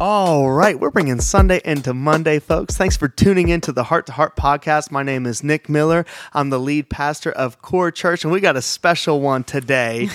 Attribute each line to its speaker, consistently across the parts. Speaker 1: All right, we're bringing Sunday into Monday, folks. Thanks for tuning in to the Heart to Heart podcast. My name is Nick Miller. I'm the lead pastor of Core Church, and we got a special one today.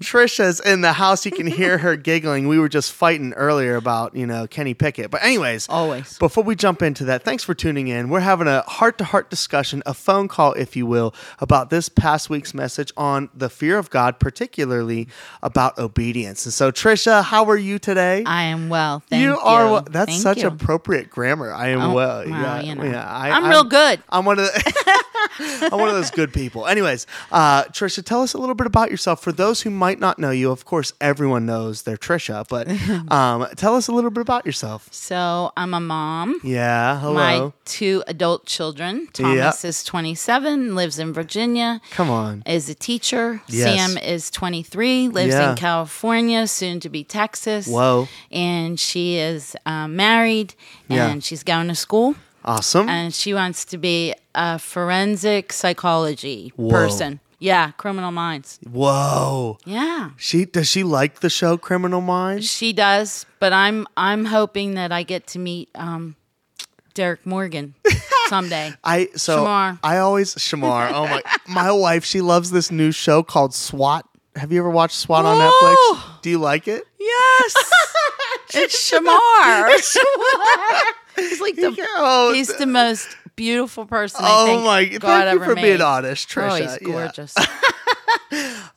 Speaker 1: Trisha's in the house. You can hear her giggling. We were just fighting earlier about, you know, Kenny Pickett. But, anyways,
Speaker 2: Always.
Speaker 1: before we jump into that, thanks for tuning in. We're having a heart to heart discussion, a phone call, if you will, about this past week's message on the fear of God, particularly about obedience. And so, Trisha, how are you today?
Speaker 2: I am well. Thank you.
Speaker 1: you are well. That's
Speaker 2: Thank
Speaker 1: such
Speaker 2: you.
Speaker 1: appropriate grammar. I am
Speaker 2: Oh,
Speaker 1: well.
Speaker 2: well, you know.
Speaker 1: yeah. I,
Speaker 2: I'm real good.
Speaker 1: I'm one of the. I'm one of those good people. Anyways, uh, Trisha, tell us a little bit about yourself for those who might not know you. Of course, everyone knows they're Trisha, but um, tell us a little bit about yourself.
Speaker 2: So I'm a mom.
Speaker 1: Yeah, hello.
Speaker 2: My two adult children. Thomas is 27, lives in Virginia,
Speaker 1: Come on.
Speaker 2: is a teacher.
Speaker 1: Yes.
Speaker 2: Sam is 23, lives
Speaker 1: Yeah.
Speaker 2: in California, soon to be Texas.
Speaker 1: Whoa.
Speaker 2: And she is uh, married and
Speaker 1: Yeah.
Speaker 2: she's going to school.
Speaker 1: Awesome.
Speaker 2: and she wants to be a forensic psychology
Speaker 1: Whoa.
Speaker 2: person. Yeah, criminal minds.
Speaker 1: Whoa.
Speaker 2: Yeah.
Speaker 1: She does she like the show Criminal Minds?
Speaker 2: She does, but I'm I'm hoping that I get to meet um, Derek Morgan someday.
Speaker 1: I so
Speaker 2: Shamar.
Speaker 1: I always Shamar. Oh my my wife, she loves this new show called SWAT. Have you ever watched SWAT on
Speaker 2: Whoa.
Speaker 1: Netflix? Do you like it?
Speaker 2: yes, it's Shamar. he's like the
Speaker 1: Oh,
Speaker 2: he's the most beautiful person. I
Speaker 1: oh
Speaker 2: think
Speaker 1: my
Speaker 2: God
Speaker 1: thank you
Speaker 2: ever
Speaker 1: for
Speaker 2: made.
Speaker 1: being honest, Trisha.
Speaker 2: Oh, he's
Speaker 1: Yeah.
Speaker 2: gorgeous.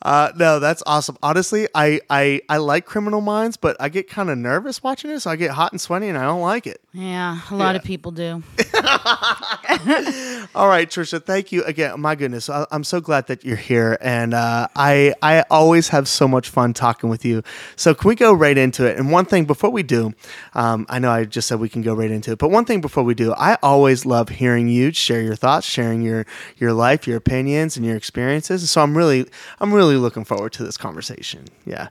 Speaker 1: Uh, no, that's awesome. Honestly, I, I I like Criminal Minds, but I get kind of nervous watching it, so I get hot and sweaty and I don't like it.
Speaker 2: yeah, a lot
Speaker 1: Yeah.
Speaker 2: of people do.
Speaker 1: All right, Trisha, thank you again. My goodness, I, I'm so glad that you're here, and uh, I I always have so much fun talking with you. So can we go right into it? And one thing before we do, um, I know I just said we can go right into it, but one thing before we do, I always love hearing you share your thoughts, sharing your your life, your opinions, and your experiences. So I'm really I'm really looking forward to this conversation. Yeah.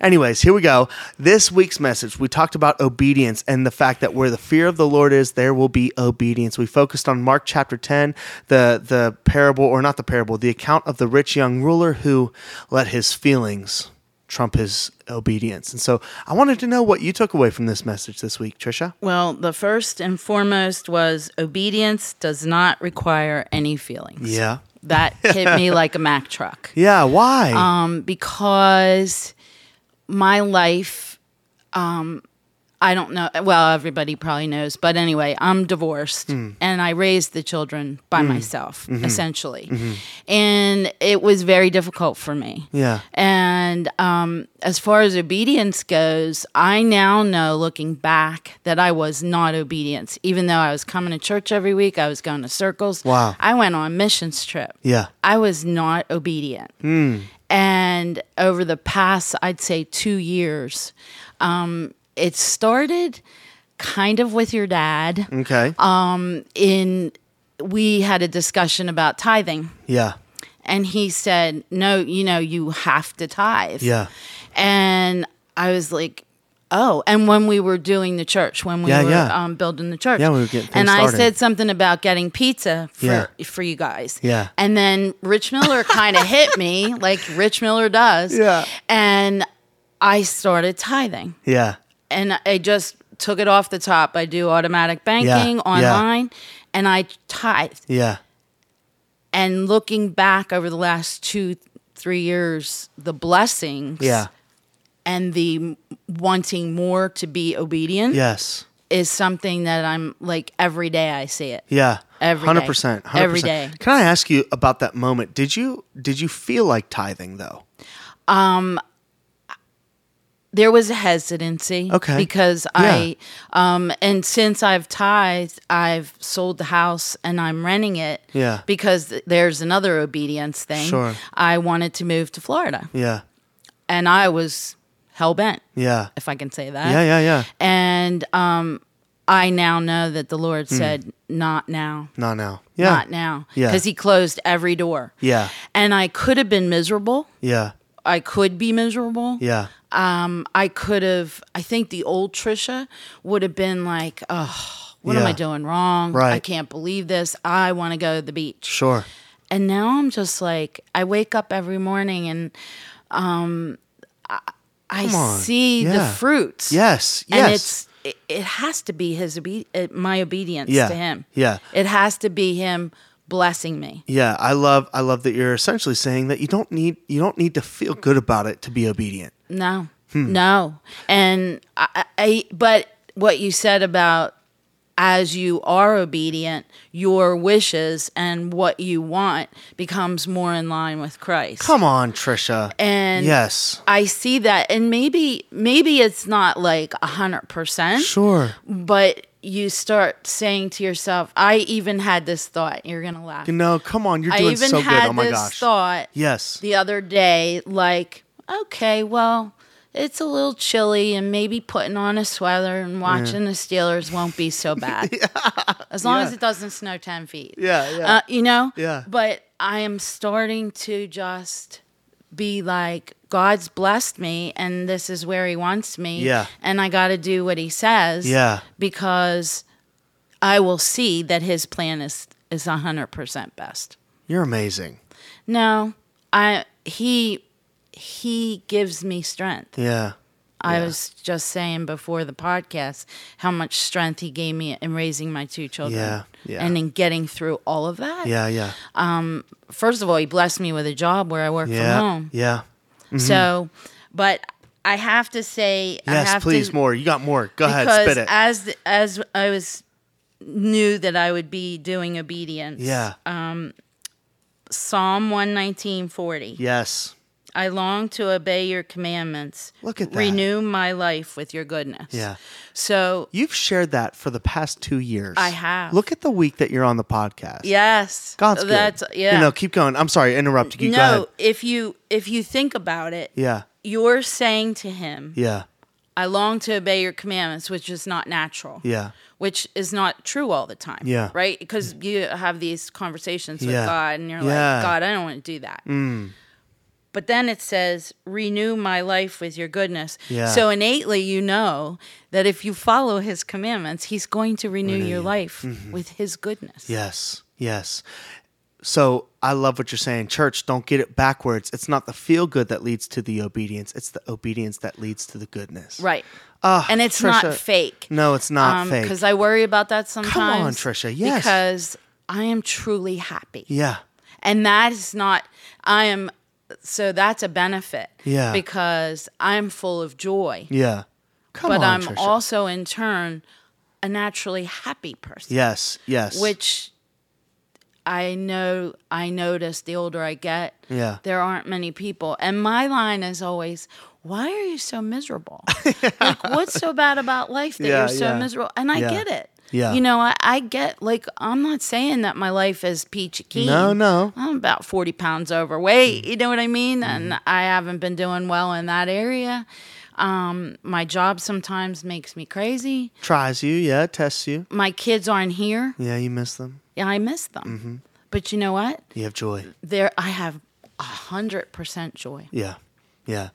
Speaker 1: Anyways, here we go. This week's message, we talked about obedience and the fact that where the fear of the Lord is, there will be obedience. We focused on Mark chapter 10, the the parable or not the parable, the account of the rich young ruler who let his feelings trump his obedience. And so, I wanted to know what you took away from this message this week, Trisha.
Speaker 2: Well, the first and foremost was obedience does not require any feelings.
Speaker 1: Yeah.
Speaker 2: That hit me like a Mack truck.
Speaker 1: Yeah, why?
Speaker 2: Um, because my life, um, I don't know. Well, everybody probably knows, but anyway, I'm divorced and I raised the children by myself, essentially. And it was very difficult for me.
Speaker 1: yeah.
Speaker 2: And um, as far as obedience goes, I now know looking back that I was not obedient. Even though I was coming to church every week, I was going to circles.
Speaker 1: Wow.
Speaker 2: I went on a missions trip.
Speaker 1: Yeah.
Speaker 2: I was not obedient. And over the past, I'd say, two years, um, it started kind of with your dad.
Speaker 1: Okay.
Speaker 2: In we had a discussion about tithing.
Speaker 1: yeah.
Speaker 2: And he said, No, you know, you have to tithe.
Speaker 1: Yeah.
Speaker 2: And I was like, Oh, and when we were doing the church, when we
Speaker 1: Yeah,
Speaker 2: were
Speaker 1: yeah.
Speaker 2: Um, building the church.
Speaker 1: Yeah, we were getting things
Speaker 2: And
Speaker 1: started.
Speaker 2: I said something about getting pizza for,
Speaker 1: Yeah.
Speaker 2: for you guys.
Speaker 1: Yeah.
Speaker 2: And then Rich Miller kind of hit me like Rich Miller does.
Speaker 1: Yeah.
Speaker 2: And I started tithing
Speaker 1: Yeah.
Speaker 2: and I just took it off the top. I do automatic banking
Speaker 1: yeah.
Speaker 2: online and I tithe
Speaker 1: Yeah.
Speaker 2: and looking back over the last two three years the blessings
Speaker 1: Yeah.
Speaker 2: and the m- wanting more to be obedient
Speaker 1: Yes.
Speaker 2: is something that i'm like every day i see it
Speaker 1: Yeah.
Speaker 2: Every
Speaker 1: hundred
Speaker 2: day.
Speaker 1: percent.
Speaker 2: Every day.
Speaker 1: Can I ask you about that moment? Did you did you feel like tithing though?
Speaker 2: there was a hesitancy
Speaker 1: Okay.
Speaker 2: because i um and since i've tithed i've sold the house and i'm renting it
Speaker 1: Yeah.
Speaker 2: because th- there's another obedience thing
Speaker 1: Sure.
Speaker 2: i wanted to move to florida
Speaker 1: Yeah.
Speaker 2: and i was hell-bent
Speaker 1: Yeah.
Speaker 2: if i can say that
Speaker 1: Yeah. Yeah. Yeah.
Speaker 2: And um, I now know that the Lord
Speaker 1: Hmm.
Speaker 2: said, not now,
Speaker 1: Not now. Yeah.
Speaker 2: not now.
Speaker 1: Yeah.
Speaker 2: Because He closed every door.
Speaker 1: Yeah.
Speaker 2: And I could have been miserable.
Speaker 1: Yeah.
Speaker 2: I could be miserable.
Speaker 1: Yeah.
Speaker 2: Um, I could have, I think the old Trisha would have been like, oh, what am
Speaker 1: Yeah.
Speaker 2: I doing wrong? I
Speaker 1: Right.
Speaker 2: can't believe this. I want to go to the beach.
Speaker 1: Sure.
Speaker 2: And now I'm just like, I wake up every morning and um, I, I
Speaker 1: Come on.
Speaker 2: see the
Speaker 1: Yeah.
Speaker 2: fruits.
Speaker 1: Yes. Yes.
Speaker 2: And it's it, it has to be his obe- uh, my obedience
Speaker 1: Yeah.
Speaker 2: to him.
Speaker 1: Yeah.
Speaker 2: It has to be him blessing me.
Speaker 1: Yeah, I love I love that you're essentially saying that you don't need you don't need to feel good about it to be obedient.
Speaker 2: No,
Speaker 1: Hmm.
Speaker 2: no. And I, I- I, but what you said about as you are obedient, your wishes and what you want becomes more in line with Christ.
Speaker 1: Come on, Trisha.
Speaker 2: and
Speaker 1: yes.
Speaker 2: I see that. And maybe, maybe it's not like a hundred percent,
Speaker 1: Sure.
Speaker 2: but you start saying to yourself, I even had this thought. You're going to laugh.
Speaker 1: No, come on, you're
Speaker 2: I
Speaker 1: doing
Speaker 2: even
Speaker 1: so
Speaker 2: had
Speaker 1: good. Oh my
Speaker 2: this
Speaker 1: gosh.
Speaker 2: thought
Speaker 1: Yes.
Speaker 2: the other day, like, okay, well, it's a little chilly, and maybe putting on a sweater and watching the Steelers won't be so bad. As long as
Speaker 1: Yeah.
Speaker 2: it doesn't snow 10 feet.
Speaker 1: Yeah, yeah.
Speaker 2: Uh, you know?
Speaker 1: Yeah.
Speaker 2: But I am starting to just be like, God's blessed me, and this is where He wants me.
Speaker 1: Yeah.
Speaker 2: And I got to do what He says.
Speaker 1: Yeah.
Speaker 2: Because I will see that His plan is, is 100% best.
Speaker 1: You're amazing.
Speaker 2: No, I he he gives me strength.
Speaker 1: Yeah.
Speaker 2: I was just saying before the podcast how much strength he gave me in raising my two children.
Speaker 1: Yeah, yeah.
Speaker 2: And in getting through all of that.
Speaker 1: Yeah, yeah.
Speaker 2: First of all, he blessed me with a job where I work
Speaker 1: Yeah. Mm-hmm.
Speaker 2: from home.
Speaker 1: Yeah.
Speaker 2: So, but I have to say I
Speaker 1: Yes,
Speaker 2: have
Speaker 1: please
Speaker 2: to,
Speaker 1: more. You got more. Go ahead,
Speaker 2: because
Speaker 1: spit it.
Speaker 2: as as I was knew that I would be doing obedience.
Speaker 1: yeah.
Speaker 2: Psalm 119:40.
Speaker 1: yes.
Speaker 2: I long to obey your commandments.
Speaker 1: Look at that.
Speaker 2: Renew my life with your goodness.
Speaker 1: Yeah.
Speaker 2: So,
Speaker 1: You've shared that for the past 2 years.
Speaker 2: I have.
Speaker 1: Look at the week that you're on the podcast.
Speaker 2: yes.
Speaker 1: God's good.
Speaker 2: that's yeah.
Speaker 1: You know, keep going. I'm sorry, I interrupted you. Go ahead.
Speaker 2: no, if you if you think about it,
Speaker 1: Yeah.
Speaker 2: you're saying to him,
Speaker 1: Yeah.
Speaker 2: I long to obey your commandments, which is not natural.
Speaker 1: Yeah.
Speaker 2: Which is not true all the time.
Speaker 1: Yeah.
Speaker 2: Right? Because you have these conversations with
Speaker 1: Yeah.
Speaker 2: God and you're
Speaker 1: Yeah. Mm.
Speaker 2: like, God, I don't want to do that. But then it says, renew my life with your goodness.
Speaker 1: Yeah.
Speaker 2: So innately, you know that if you follow his commandments, he's going to renew your life
Speaker 1: Mm-hmm.
Speaker 2: with his goodness.
Speaker 1: Yes. Yes. So I love what you're saying. Church, don't get it backwards. It's not the feel good that leads to the obedience, it's the obedience that leads to the goodness.
Speaker 2: Right.
Speaker 1: Ah,
Speaker 2: and it's
Speaker 1: Trisha,
Speaker 2: not fake.
Speaker 1: No, it's not
Speaker 2: Um,
Speaker 1: fake.
Speaker 2: Because I worry about that sometimes.
Speaker 1: Trisha, yes.
Speaker 2: Because I am truly happy.
Speaker 1: yeah.
Speaker 2: And that is not, I am, so that's a benefit.
Speaker 1: Yeah.
Speaker 2: Because I'm full of joy.
Speaker 1: Yeah. Come
Speaker 2: But
Speaker 1: on,
Speaker 2: I'm
Speaker 1: Trisha.
Speaker 2: also, in turn, a naturally happy person.
Speaker 1: Yes. Yes.
Speaker 2: Which I know, I notice the older I get,
Speaker 1: Yeah.
Speaker 2: there aren't many people. And my line is always, why are you so miserable? like, what's so bad about life that
Speaker 1: Yeah,
Speaker 2: you're so
Speaker 1: yeah.
Speaker 2: miserable? And I
Speaker 1: Yeah.
Speaker 2: get it.
Speaker 1: Yeah.
Speaker 2: You know, I, I get, like, I'm not saying that my life is peachy keen.
Speaker 1: No, no.
Speaker 2: I'm about 40 pounds overweight. You know what I mean? And I haven't been doing well in that area. Um, my job sometimes makes me crazy.
Speaker 1: Tries you. Yeah. Tests you.
Speaker 2: My kids aren't here.
Speaker 1: Yeah. You miss them.
Speaker 2: Yeah, I miss them. But you know what?
Speaker 1: You have joy.
Speaker 2: There, I have a hundred percent joy.
Speaker 1: Yeah. Yeah.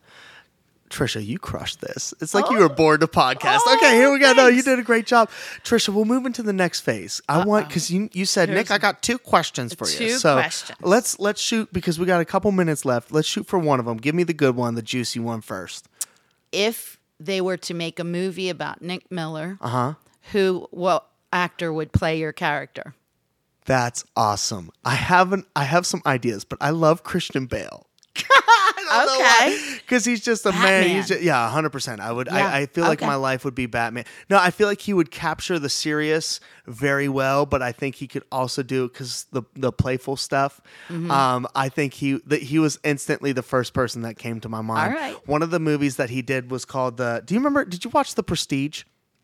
Speaker 1: Trisha, you crushed this. It's like you were born to podcast. okay, here we go. No, you
Speaker 2: Oh. thanks.
Speaker 1: did a great job. Trisha, we'll move into the next phase. I want because you you said, Nick, I got two questions for you.
Speaker 2: Two
Speaker 1: So
Speaker 2: questions.
Speaker 1: let's let's shoot because we got a couple minutes left. Let's shoot for one of them. Give me the good one, the juicy one first.
Speaker 2: If they were to make a movie about Nick Miller, uh-huh. who what actor would play your character?
Speaker 1: That's awesome. I haven't I have some ideas, but I love Christian Bale.
Speaker 2: Okay,
Speaker 1: Because he's just a man. He's
Speaker 2: Batman.
Speaker 1: just, yeah, hundred percent. I would.
Speaker 2: Yeah,
Speaker 1: I, I feel like
Speaker 2: okay.
Speaker 1: my life would be Batman. No, I feel like he would capture the serious very well, but I think he could also do because the the playful stuff.
Speaker 2: Mm-hmm.
Speaker 1: Um, I think he that he was instantly the first person that came to my mind.
Speaker 2: All right.
Speaker 1: One of the movies that he did was called the. Do you remember? Did you watch The Prestige?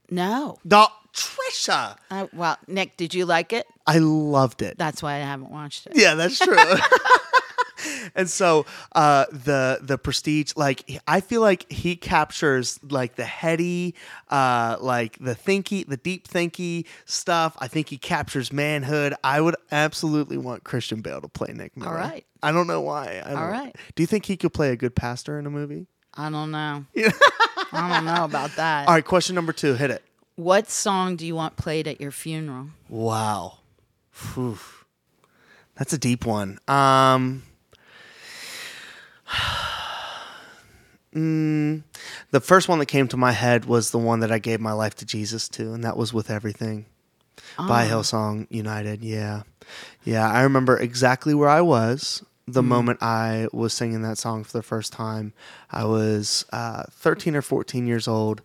Speaker 2: no.
Speaker 1: No, Trisha.
Speaker 2: Uh, well, Nick, did you like it?
Speaker 1: I loved it.
Speaker 2: That's why I haven't watched it.
Speaker 1: Yeah, that's true. and so uh, the the prestige, like I feel like he captures like the heady, uh, like the thinky, the deep thinky stuff. I think he captures manhood. I would absolutely want Christian Bale to play Nick Miller.
Speaker 2: right.
Speaker 1: I don't know why. I don't,
Speaker 2: right.
Speaker 1: Do you think he could play a good pastor in a movie?
Speaker 2: I don't know. I don't know about that.
Speaker 1: All right. Question number two. Hit it.
Speaker 2: What song do you want played at your funeral?
Speaker 1: Wow. Phew. That's a deep one. Um The first one that came to my head was the one that I gave my life to Jesus to, and that was with everything by Hillsong United. Yeah. Yeah. I remember exactly where I was the moment I was singing that song for the first time. I was uh, 13 or 14 years old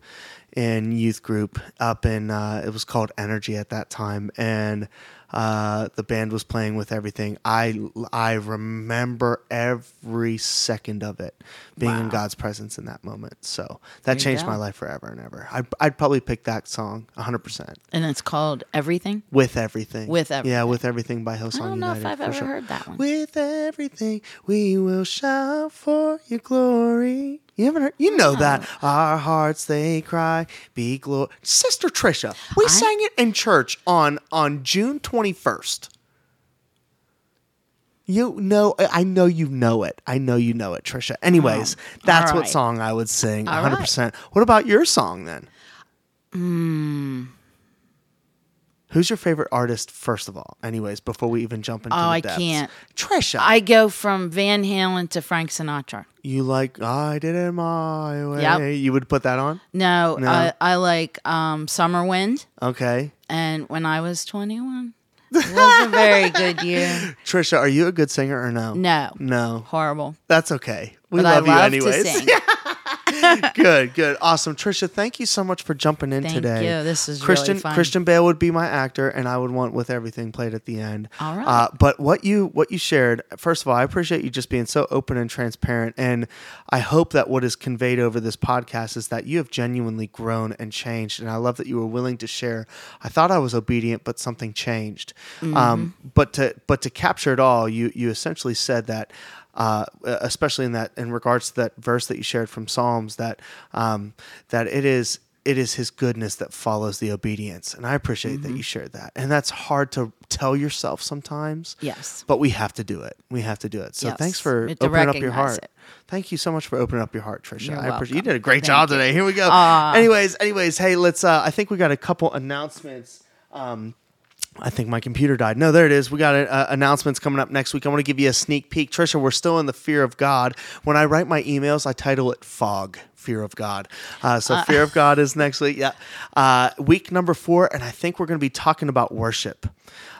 Speaker 1: in youth group up in, uh, it was called Energy at that time. And uh, the band was playing with everything. I, I remember every second of it being in God's presence in that moment. So that changed
Speaker 2: go.
Speaker 1: my life forever and ever. I'd, I'd probably pick that song 100%
Speaker 2: and it's called everything.
Speaker 1: with everything.
Speaker 2: With
Speaker 1: Yeah,
Speaker 2: Everything.
Speaker 1: with everything by Hillsong
Speaker 2: I don't know
Speaker 1: United.
Speaker 2: if I've
Speaker 1: for
Speaker 2: ever
Speaker 1: sure.
Speaker 2: heard that one.
Speaker 1: With everything, we will shout for your glory. You haven't heard? You know that our hearts they cry, be glory. Sister Trisha, we
Speaker 2: I-
Speaker 1: sang it in church on on June twenty first. You know, I I know you know it. I know you know it, Trisha. Anyways, that's what
Speaker 2: Oh. right.
Speaker 1: song I would sing,
Speaker 2: All
Speaker 1: one
Speaker 2: right.
Speaker 1: hundred percent. What about your song then? Who's your favorite artist, first of all? Anyways, before we even jump into
Speaker 2: Oh,
Speaker 1: the
Speaker 2: I
Speaker 1: depths.
Speaker 2: can't.
Speaker 1: Trisha,
Speaker 2: I go from Van Halen to Frank Sinatra.
Speaker 1: you like I did it my way.
Speaker 2: Yep.
Speaker 1: You would put that on?
Speaker 2: No,
Speaker 1: No.
Speaker 2: I, I like um, Summer Wind.
Speaker 1: Okay.
Speaker 2: And when I was 21, it was a very good year.
Speaker 1: Trisha, are you a good singer or no?
Speaker 2: No,
Speaker 1: No.
Speaker 2: horrible.
Speaker 1: That's okay. We
Speaker 2: But
Speaker 1: love,
Speaker 2: I love
Speaker 1: you anyways.
Speaker 2: to sing.
Speaker 1: good, good. Awesome. Trisha, thank you so much for jumping in
Speaker 2: Thank
Speaker 1: today.
Speaker 2: you. This is really
Speaker 1: Christian
Speaker 2: fun.
Speaker 1: Christian Bale would be my actor and I would want with everything played at the end.
Speaker 2: All right.
Speaker 1: Uh, but what you what you shared, first of all, I appreciate you just being so open and transparent and I hope that what is conveyed over this podcast is that you have genuinely grown and changed and I love that you were willing to share. I thought I was obedient but something changed. Um,
Speaker 2: Mm-hmm.
Speaker 1: but to but to capture it all, you you essentially said that uh, especially in that in regards to that verse that you shared from Psalms that um, that it is it is his goodness that follows the obedience and I appreciate
Speaker 2: Mm-hmm.
Speaker 1: that you shared that and that's hard to tell yourself sometimes
Speaker 2: Yes.
Speaker 1: but we have to do it we have to do it so
Speaker 2: Yes.
Speaker 1: thanks for
Speaker 2: We have to
Speaker 1: opening up your
Speaker 2: recognize
Speaker 1: heart
Speaker 2: it.
Speaker 1: thank you so much for opening up your heart Trisha
Speaker 2: You're
Speaker 1: I appreciate you
Speaker 2: welcome.
Speaker 1: did a great
Speaker 2: Thank
Speaker 1: job
Speaker 2: you. Ah.
Speaker 1: today here we go anyways anyways hey let's uh, I think we got a couple announcements um, I think my computer died. No, there it is. We got uh, announcements coming up next week. I want to give you a sneak peek. Trisha, we're still in the fear of God. When I write my emails, I title it Fog, Fear of God. Uh, so, Fear of God is next week. Yeah. Uh, week number four, and I think we're going to be talking about worship.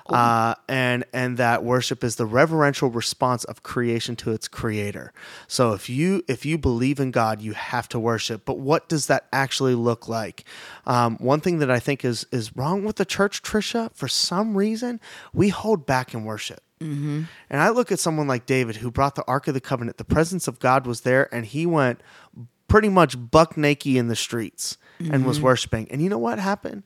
Speaker 1: Uh, and and that worship is the reverential response of creation to its creator. So if you if you believe in God, you have to worship. But what does that actually look like? Um, one thing that I think is is wrong with the church, Trisha, for some reason, we hold back in worship. And I look at someone like David who brought the Ark of the Covenant. The presence of God was there, and he went pretty much buck naked in the streets and was worshiping. And you know what happened?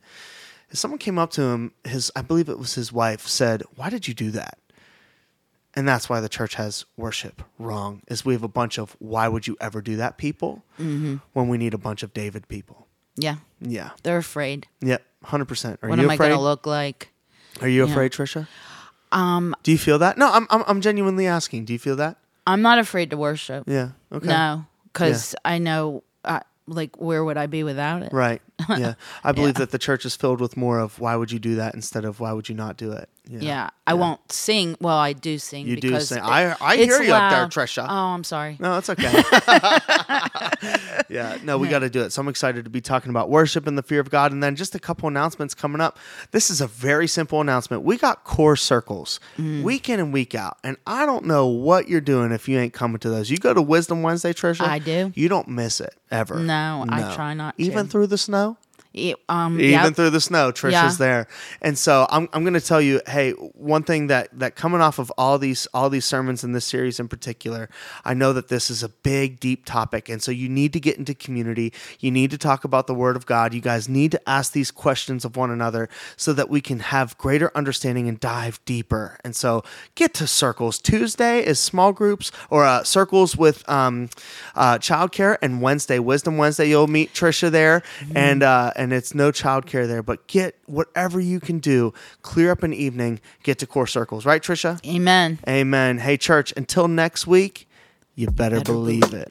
Speaker 1: Someone came up to him. His, I believe it was his wife, said, "Why did you do that?" And that's why the church has worship wrong. Is we have a bunch of "Why would you ever do that?" people
Speaker 2: Mm-hmm.
Speaker 1: when we need a bunch of David people.
Speaker 2: Yeah.
Speaker 1: Yeah,
Speaker 2: They're afraid.
Speaker 1: yep, hundred percent. Are
Speaker 2: What
Speaker 1: you
Speaker 2: am I
Speaker 1: afraid?
Speaker 2: going to look like?
Speaker 1: Are you afraid, Trisha? Um, do you feel that? No, I'm, I'm I'm genuinely asking. Do you feel that?
Speaker 2: I'm not afraid to worship.
Speaker 1: Yeah. Okay.
Speaker 2: No, because I know, uh, like, where would I be without it?
Speaker 1: Right. Yeah. I believe that the church is filled with more of why would you do that instead of why would you not do it?
Speaker 2: Yeah. I won't sing. Well, I do sing.
Speaker 1: You do
Speaker 2: because
Speaker 1: sing.
Speaker 2: it-
Speaker 1: I- I
Speaker 2: it's
Speaker 1: hear you up there,
Speaker 2: loud.
Speaker 1: Trisha.
Speaker 2: Oh, I'm sorry.
Speaker 1: No, that's okay. yeah, no, we got to do it. So I'm excited to be talking about worship and the fear of God. And then just a couple announcements coming up. This is a very simple announcement. We got core circles
Speaker 2: Mm.
Speaker 1: week in and week out. And I don't know what you're doing if you ain't coming to those. You go to Wisdom Wednesday, Trisha.
Speaker 2: I do.
Speaker 1: You don't miss it ever.
Speaker 2: No, I try not to.
Speaker 1: Even through the snow?
Speaker 2: E- um,
Speaker 1: even
Speaker 2: yep.
Speaker 1: through the snow trisha's
Speaker 2: Yeah.
Speaker 1: there and so i'm, I'm going to tell you hey one thing that that coming off of all these all these sermons in this series in particular i know that this is a big deep topic and so you need to get into community you need to talk about the word of god you guys need to ask these questions of one another so that we can have greater understanding and dive deeper and so get to circles tuesday is small groups or uh, circles with um, uh, childcare and wednesday wisdom wednesday you'll meet trisha there and uh, and it's no childcare there but get whatever you can do clear up an evening get to core circles right trisha
Speaker 2: Amen.
Speaker 1: amen hey church until next week you better, believe it.